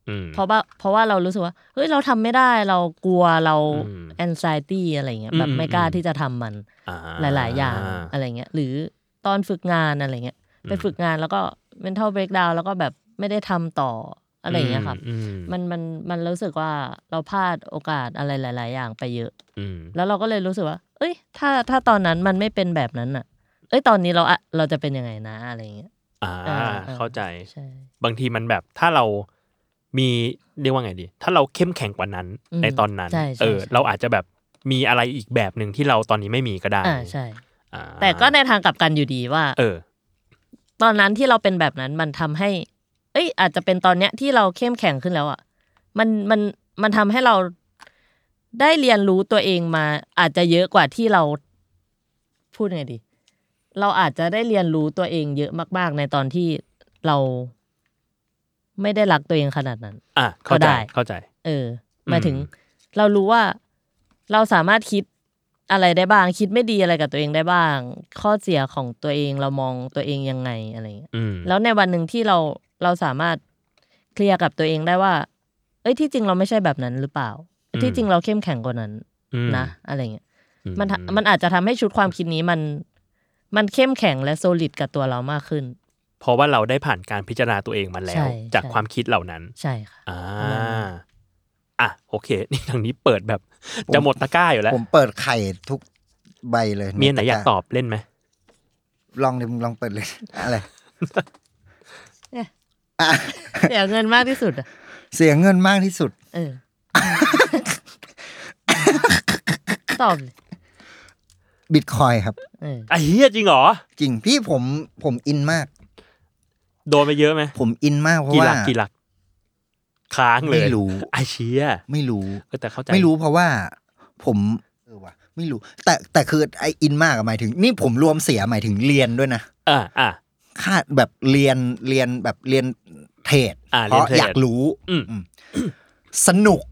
S2: อืม
S4: เพราะว่าเพราะว่าเรารู้สึกว่าเฮ้ยเราทำไม่ได้เรากลัวเรา
S2: อืม
S4: แอนไซตี้อะไรเงี้ยแบบ
S2: อืม
S4: ไม่กล้า
S2: อืม
S4: ที่จะทำมัน
S2: อ่
S4: หลาย ๆ อย่างอะไรเงี้ยหรือตอนฝึกงานอะไรเงี้ยไปฝึกงานแล้วก็ mental breakdown แล้วก็แบบไม่ได้ทำต่ออะไรเงี้ยครับ
S2: อืม
S4: มันมันมันรู้สึกว่าเราพลาดโอกาสอะไรหลาย ๆ อย่างไปเยอะ
S2: อืม
S4: แล้วเราก็เลยรู้สึกว่า เอ้ย ถ้าถ้าตอนนั้นมันไม่เป็นแบบนั้นอ่ะ เอ้ยตอนนี้เราอะเราจะเป็นยังไงนะอะไรเงี้ย
S2: อ่า
S4: อ่
S2: เข้าใจ
S4: ใช่
S2: บางทีมันแบบถ้าเรามีเรียกว่าไงดี ถ้าเราเข้มแข็งกว่านั้น
S4: ม
S2: ในตอนนั้น
S4: ใช่
S2: เอ
S4: ใช่
S2: อ
S4: ใช่
S2: เราอาจจะแบบมีอะไรอีกแบบหนึ่งที่เราตอนนี้ไม่มีก็ได้
S4: อ่าใช่
S2: อ่า
S4: แต่ก็ในทางกลับกันอยู่ดีว่า
S2: เออ
S4: ตอนนั้นที่เราเป็นแบบนั้นมันทำให้ เอ้ย อาจจะเป็นตอนเนี้ยที่เราเข้มแข็งขึ้นแล้วอ่ะ มันมันมันทำให้เราได้เรียนรู้ตัวเองมา อาจจะเยอะกว่าที่เราพูดยังไงดี เราอาจจะได้เรียนรู้ตัวเองเยอะมาก ๆ ในตอนที่เราไม่ได้รักตัวเองขนาดนั้น
S2: อ่ะเข้าใจ
S4: ก็ได้
S2: เข้าใจ
S4: เออหมายถึง
S2: อืม
S4: เรารู้ว่าเราสามารถคิดอะไรได้บ้าง คิดไม่ดีอะไรกับตัวเองได้บ้าง ข้อเสียของตัวเองเรามองตัวเองยังไงอะไรอย่างเงี้ย
S2: อืม
S4: แล้วในวันหนึ่งที่เราเราสามารถเคลียร์กับตัวเองได้ว่า เอ้ยที่จริงเราไม่ใช่แบบนั้นหรือเปล่า ที่จริงเราเข้มแข็งกว่านั้น
S2: อืม
S4: นะอะไรเงี้ย
S2: อื
S4: มันทะมันอาจจะทำให้ชุดความคิดนี้มัน มันเข้มแข็งและโซลิดกับตัวเรามากขึ้น
S2: เพราะว่าเราได้ผ่านการพิจารณาตัวเองมาแล้
S4: ใช่
S2: ว จาก
S4: ใช่
S2: ความคิดเหล่านั้น
S4: ใช่ค่ะ
S2: อ่า
S4: ประมาณนั้น
S2: อ่ะโอเค นี่ทางนี้เปิดแบบ จะหมดตะกร้าอยู่แล้ว
S3: ผมเปิดไข่ทุกใบเลย
S2: มีอันไหนอยากต
S3: ะ
S2: อบเล่นไหม
S3: ลองดิมึงลองเปิดเลย อะไร
S4: เนี่ย
S3: อ่ะ
S4: เสียเงินมากที่สุดอะ
S3: เสียเงินมากที่สุด
S4: เออ ตอบเลย
S3: บิตคอยครับ
S4: เออ
S2: ไอ้เหี้ยจริงเหรอ
S3: จริงพี่ผมผมอินมาก
S2: โดนไปเยอะไหม
S3: ผมอินมากเพราะ
S2: กี่ห
S3: ว่า
S2: ลักกี่หลัก ค้างเลย
S3: ไม่รู้
S2: ไอ้เชี่ย
S3: ไม่รู้
S2: เออแต่เข้าใจ
S3: ไม่รู้เพราะว่าผมเออว่ะไม่รู้ แต่แต่คือไออินมากอะหมายถึง นี่ผมรวมเสียหมายถึงเรียนด้วยนะ
S2: อ่าอ่า
S3: คาดแบบเรียนเรียนแบบเรียนเทรด
S2: อ่า
S3: เพราะ
S2: เรียนเทรด
S3: อยากรู้
S2: อืม
S3: อืมสนุก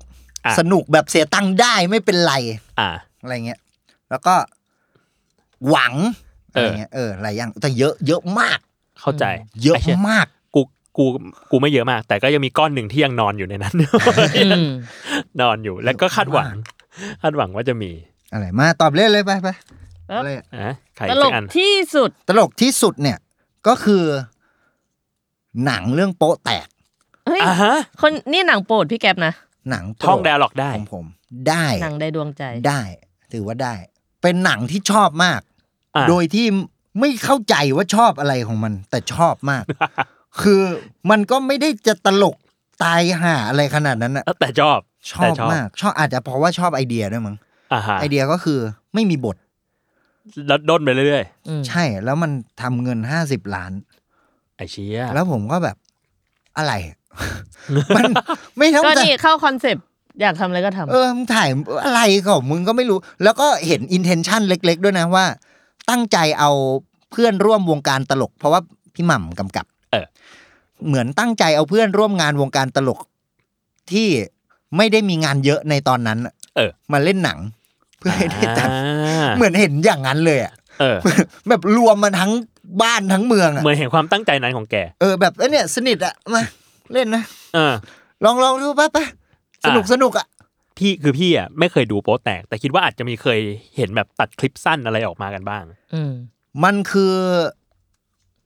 S2: อ่ะ
S3: สนุกแบบเสียตังค์ได้ไม่เป็นไร
S2: อ่า
S3: อะไรเงี้ย แล้วก็หวัง
S2: เอออ
S3: อะไรเงี้ยเออหลายอย่างแต่เยอะเยอะมาก
S2: เข้าใจ
S3: เยอะ
S2: ไชี่
S3: มาก
S2: กูกูกูไม่เยอะมาก แต่ก็ยังมีก้อนหนึ่งที่ยังนอนอยู่ในนั้น
S4: อืม
S2: นอนอยู่ และก็คาดหวัง คาดหวังว่าจะมี
S3: อะไรมาตอบเล่นเลยไปไปอะไรอะ
S2: นะใคร
S4: ต
S2: อี
S4: ล
S2: สั
S4: ก
S2: กอัน
S4: ที่สุด
S3: ตลกที่สุดเนี่ยก็คือ หนังเรื่องโป๊ะแตก
S4: เฮ้ย
S2: อ่ะฮะ
S4: คนนี่หนังโปรดพี่แก๊ปนะ
S3: หนังโปร
S2: ท่องแดร์ล็อกได้
S3: ของผมได้
S4: หนังได้ดวงใจ
S3: ได้ ถือว่าได้ เป็นหนังที่ชอบมาก
S2: อ่ะ
S3: โดยที่ไม่เข้าใจว่าชอบอะไรของมัน แต่ชอบมาก คือมันก็ไม่ได้จะตลกตายห่าอะไรขนาดนั้นอะ
S2: แต่ชอบ
S3: ชอ
S2: แต่
S3: บมาก ชอบอาจจะเพราะว่าชอบไอเดียด้วยมั้ง
S2: อ่าฮะ
S3: ไอเดียก็คือไม่มีบท
S2: แล้วด้นไปเรื่อย
S4: อืม
S3: ใช่ แล้วมันทำเงินห้าสิบล้าน
S2: ๆไอเชีย
S3: แล้วผมก็แบบอะไร มันไม่ต้อง
S4: ก็
S3: จะ
S4: นี่เข้าคอนเซปต์อยากทำอะไรก็ทำ
S3: เออมึงถ่ายอะไรของมึงก็ไม่รู้ แล้วก็เห็นอินเทนชันเล็ก ๆ ด้วยนะว่า ตั้งใจเอาเพื่อนร่วมวงการตลก เพราะว่าพี่หม่ำกำกับเหมือนตั้งใจเอาเพื่อนร่วมงานวงการตลก ที่ไม่ได้มีงานเยอะในตอนนั้นอะ
S2: เออ
S3: มาเล่นหนัง เพื่อให้ได้ตังค์
S2: า
S3: เหมือนเห็นอย่างนั้นเลยอะ
S2: เออ
S3: แบบรวมมันทั้งบ้านทั้งเมืองอะ
S2: เหมือนเห็นความตั้งใจนั้นของแก
S3: เออแบบเอ้ยเนี่ย สนิทอะมาเล่นนะ
S2: เออ
S3: ลองลองดูป่ะป่ะสนุก
S2: อ่ะ
S3: สนุกอ่ะ
S2: พี่คือพี่อ่ะไม่เคยดูโป๊แตก แต่คิดว่าอาจจะมีเคยเห็นแบบตัดคลิปสั้นอะไรออกมากันบ้าง
S4: อืม
S3: มันคือ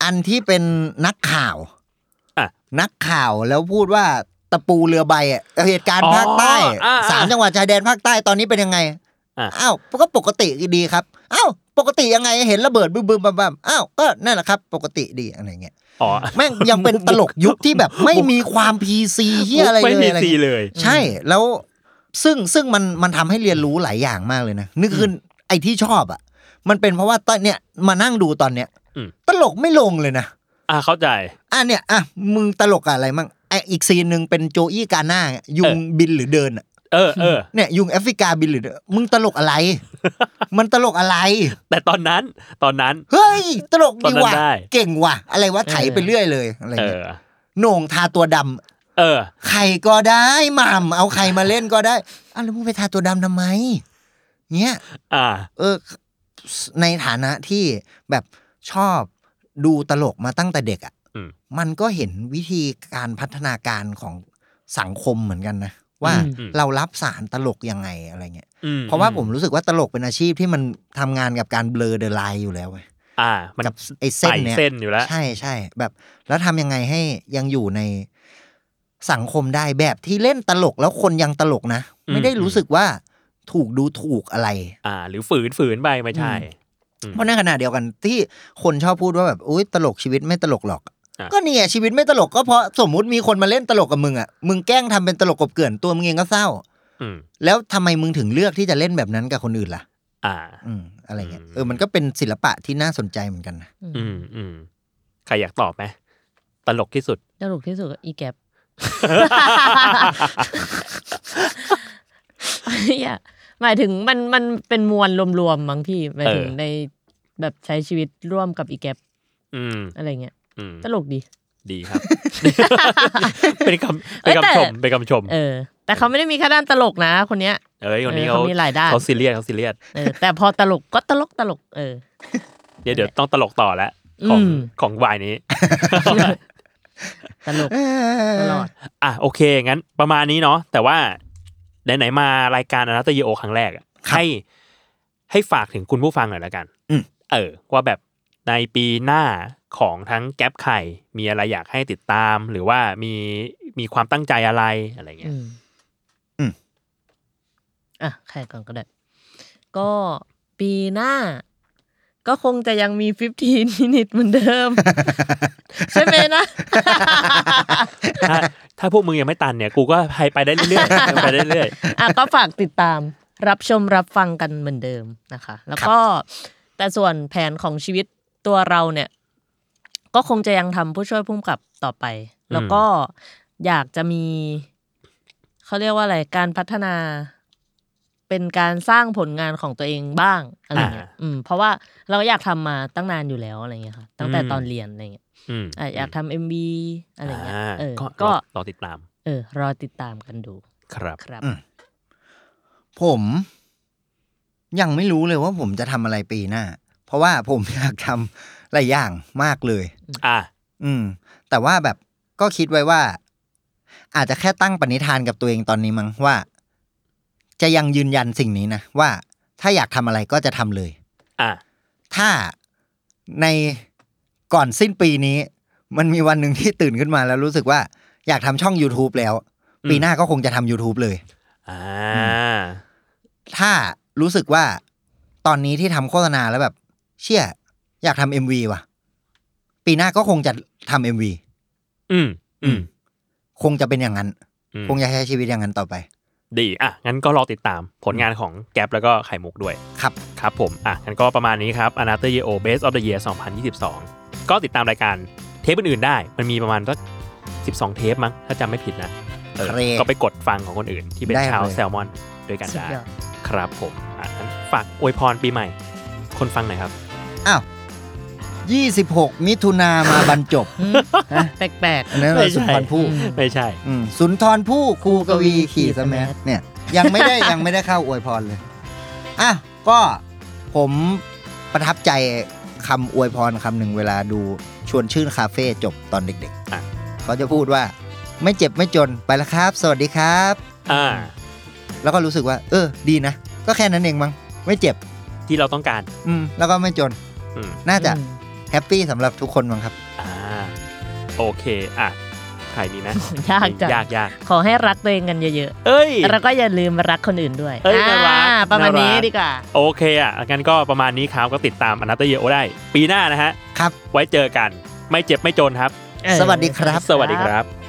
S3: อันที่เป็นนักข่าว
S2: อ่ะ
S3: นักข่าวแล้วพูดว่าตะปูเรือใบอ่ะเหตุการณ์ภาคใต้
S2: อ๋ออ่ะอ่ะ
S3: สามจังหวัดชายแดนภาคใต้ตอนนี้เป็นยังไง
S2: อ่ะ
S3: อ้าวก็ปกติดีครับอ้าวปกติยังไงเห็นระเบิดบึ้มบึ้มบัมบัมอ้าวก็นั่นแหละครับ ปกติดีอะไรเงี้ย
S2: อ๋อ
S3: แม่งยังเป็นตลกยุคที่แบบไม่มีความพีซีเฮียอะไรเลย
S2: ไม่มี
S3: อะไร
S2: ซี
S3: เงี้ย
S2: เลย
S3: ใช่แล้วซึ่งซึ่งมันมันทำให้เรียนรู้หลายอย่างมากเลยนะนึกขึ้นไอ้ที่ชอบอ่ะ มันเป็นเพราะว่าตอนเนี้ยมานั่งดูตอนเนี้ย
S2: อืม
S3: ตลกไม่ลงเลยนะ
S2: อ่าเข้าใจ
S3: อ่ะเนี่ยอ่ะมึงตลกกับอะไรมั่งไออีกซีนหนึ่งเป็นโจอี้กาหน้ายุงบินหรือเดินอะ
S2: เออเออ
S3: เนี่ยยุงแอฟริกาบินหรือเดินมึงตลกอะไร มันตลกอะไร
S2: แต่ตอนนั้นตอนนั้น
S3: เฮ้ย ตลกดี
S2: ตอนนั้
S3: ว่ะ
S2: นได้
S3: เก่งว่ะอะไรวะไถไปเรื่อยเลยอะไร
S2: เอ
S3: เงี้
S2: อ
S3: ยโหน่งทาตัวดำ
S2: เออ
S3: ใครก็ได้หม่ำเอาใครมาเล่นก็ได้อ้าวแล้วมึงไปทาตัวดำทำไม เนี่ย
S2: อ่า
S3: เออ ในฐานะที่แบบชอบดูตลกมาตั้งแต่เด็กอะ่ะ
S2: อืม
S3: มันก็เห็นวิธีการพัฒนาการของสังคมเหมือนกันนะ ว่า
S4: อืม
S3: เรารับสารตลกยังไงอะไรเงี้ย
S2: อื
S3: เพราะว่าผมรู้สึกว่าตลกเป็นอาชีพที่มันทำงานกับการเบลอเดอะไลน์อยู่แล้วเว้ย
S2: อ่า มัน
S3: กับไอ้เส้น
S2: ใส่
S3: เนี่ย
S2: เส้นอยู่แล้ว
S3: ใช่ใช่แบบแล้วทำยังไงให้ยังอยู่ในสังคมได้แบบที่เล่นตลกแล้วคนยังตลกนะ
S2: อืม
S3: ไม่ได้รู้สึกว่าถูกดูถูกอะไร
S2: อ่า หรือฝืนฝืนไปไม่ใช่ อืม
S3: เพราะในขณะเดียวกันที่คนชอบพูดว่าแบบอุ้ยตลกชีวิตไม่ตลกหรอก
S2: อ่ะ
S3: ก็เนี่ยชีวิตไม่ตลกก็เพราะสมมุติมีคนมาเล่นตลกกับมึงอ่ะมึงแกล้งทำเป็นตลกกบเกลื่อนตัวมึงเองก็เศร้า
S2: อืม
S3: แล้วทำไมมึงถึงเลือกที่จะเล่นแบบนั้นกับคนอื่นล่ะ
S2: อ่า
S3: อืมอะไรเงี้ย
S2: อืม
S3: เออมันก็เป็นศิลปะที่น่าสนใจเหมือนกันนะ
S2: อืมอืมใครอยากตอบไหมตลกที่สุด
S4: ตลกที่สุดก็อีแก๊ป เหี้ยหมายถึงมันมันเป็นมวลรวมๆมั้งพี่หมายถึง
S2: เออ
S4: ในแบบใช้ชีวิตร่วมกับอีแก๊ป
S2: อืม
S4: อะไรเงี้ย
S2: อืม
S4: ตลก ดี
S2: ดีครับ เป็นคำเป็น
S4: เอ้ยแต่
S2: คำชมเป็นคำชม
S4: เออ แต่เขาไม่ได้มีแค่ด้านตลกนะ คนเนี้ย
S2: เอ้ยคนนี้
S4: เออ
S2: เขา
S4: เขามีหลายด้าน
S2: เขาซีเรียสเขาซีเรียส
S4: เออแต่พอตลกก็ตลกตลก เออ
S2: เดี๋ยวเดี๋ยวต้องตลกต่อแล้วของ
S4: อืม
S2: ของวายนี้
S4: ตลกตลอด
S2: อ่ะโอเค งั้นประมาณนี้เนาะแต่ว่าไหนๆมารายการอนาตเยโอครั้งแรกอะให้ให้ฝากถึงคุณผู้ฟังหน่อยละกัน
S3: อืม
S2: เออ ว่าแบบในปีหน้าของทั้งแก๊ปไข่มีอะไรอยากให้ติดตาม หรือว่ามีมีความตั้งใจอะไรอะไรเงี้
S4: อื
S2: ย
S4: ม
S3: อืม
S4: อ่ะใครก่อนก็ได้ ก็ปีหน้า ก็คงจะยังมี 15 มินิทเหมือนเดิ ม ใช่ไหมนะ
S2: ถ้าถ้าพวกมึงยังไม่ตันเนี่ย กูก็ไปไปได้เรื่อย ๆไปได้เรื่อย
S4: อ่ะก็ฝากติดตามรับชมรับฟังกันเหมือนเดิมนะคะ แล้วก็แต่ส่วนแผนของชีวิตตัวเราเนี่ย ก็คงจะยังทำผู้ช่วยผู้กำกับต่อไป แล้วก็อยากจะมีเขาเรียกว่าอะไรการพัฒนา เป็นการสร้างผลงานของตัวเองบ้างอะไรเงี้ยอืม เพราะว่าเราอยากทำมาตั้งนานอยู่แล้วอะไรเงี้ยค่ะตั้งแต่ตอนเรียนอะไรเงี้ย
S2: ๆอืม
S4: อ่ะอยากทำเอ็มบีอะไรเงี้ย
S2: า
S4: เออ
S2: ก็
S4: ก็
S2: รอรอติดตาม
S4: เออ รอติดตามกันดู
S2: ครับ
S4: ครับ
S3: อืม ผมยังไม่รู้เลยว่าผมจะทำอะไรปีหน้า เพราะว่าผมอยากทำ หลายอย่างมากเลย
S2: อ่ะ
S3: อืม แต่ว่าแบบก็คิดไว้ว่า อาจจะแค่ตั้งปณิธานกับตัวเองตอนนี้มั้งว่า จะยังยืนยันสิ่งนี้นะ ว่าถ้าอยากทำอะไรก็จะทำเลย
S2: อ่ะ
S3: ถ้าในก่อนสิ้นปีนี้ มันมีวันหนึ่งที่ตื่นขึ้นมาแล้วรู้สึกว่า อยากทำช่อง YouTube แล้ว ปีหน้าก็คงจะทำ YouTube เลย
S2: อ่า
S3: ถ้ารู้สึกว่าตอนนี้ที่ทำโฆษณาแล้วแบบ เชี่ย อยากทำ MV ว่ะ ปีหน้าก็คงจะทำ MV
S2: อืมอืม
S3: คงจะเป็นอย่างนั้น
S2: อืม
S3: คงจะใช้ชีวิตอย่างนั้นต่อไป
S2: ดีอ่ะงั้นก็รอติดตามผลงานของแก๊ปแล้วก็ไข่มุกด้วย
S3: ครับ
S2: ครับผม อ่ะงั้นก็ประมาณนี้ครับ a n a t h e r Yeo Base of the Year 2022 ก็ติดตามรายการเทปอื่นๆได้ มันมีประมาณสัก12 เทปมั้ง ถ้าจำไม่ผิดนะเออ
S3: ครับ
S2: ก็ไปกดฟังของคนอื่นที่เป็นชาวแซลมอนด้วยกัน
S4: สุด
S2: ได้
S4: ยอด
S2: ครับผม อ่ะงั้นฝากอวยพรปีใหม่ คนฟังหน่อยครับ
S3: อ้าว 26 มิถุนามาบรรจบ
S4: อืม
S3: ฮะ
S4: แปลก
S3: อันนั้นเราสุนทรภู่
S4: อืม
S2: ไม่ใช่
S3: อืมสุนทรภู่ครูกวีขี่สแมัเนี่ย ยังไม่ได้ ยังไม่ได้เข้าอวยพรเลยอ่ะก็ผมประทับใจคำอวยพรคำหนึ่งเวลาดูชวนชื่นคาเฟ่จบตอนเด็ก
S2: อ่ะ
S3: ๆเขาจะพูดว่าไม่เจ็บไม่จนไปแล้วครับ สวัสดีครับ
S2: อ่า
S3: แล้วก็รู้สึกว่า เออ ดีนะ ก็แค่นั้นเองมั้งไม่เจ็บ
S2: ที่เราต้องการ
S3: อืม แล้วก็ไม่จน
S2: อืม
S3: น่าจะ
S4: อืม
S3: แฮปปี้สำหรับทุกคนมั้งครับ
S2: อ่า โอเค อ่ะถ่ายมีไหม
S4: ยากจัง
S2: ยากยาก
S4: ขอให้รักตัวเองกันเยอะ
S2: เอ้ย
S4: ๆ แล้วก็อย่าลืมรักคนอื่นด้วย
S2: เอ้ยน่ารัก
S4: อ่ประมาณนี้
S2: น่ารัก
S4: ดีกว่า
S2: โอเคอ่ะงั้นก็ประมาณนี้ครับก็ติดตามอนาตเยโอได้ ปีหน้านะฮะ
S3: ครับ
S2: ไว้เจอกัน ไม่เจ็บไม่จนครับ
S3: สวัสดีครับ
S2: สวัสดีครับ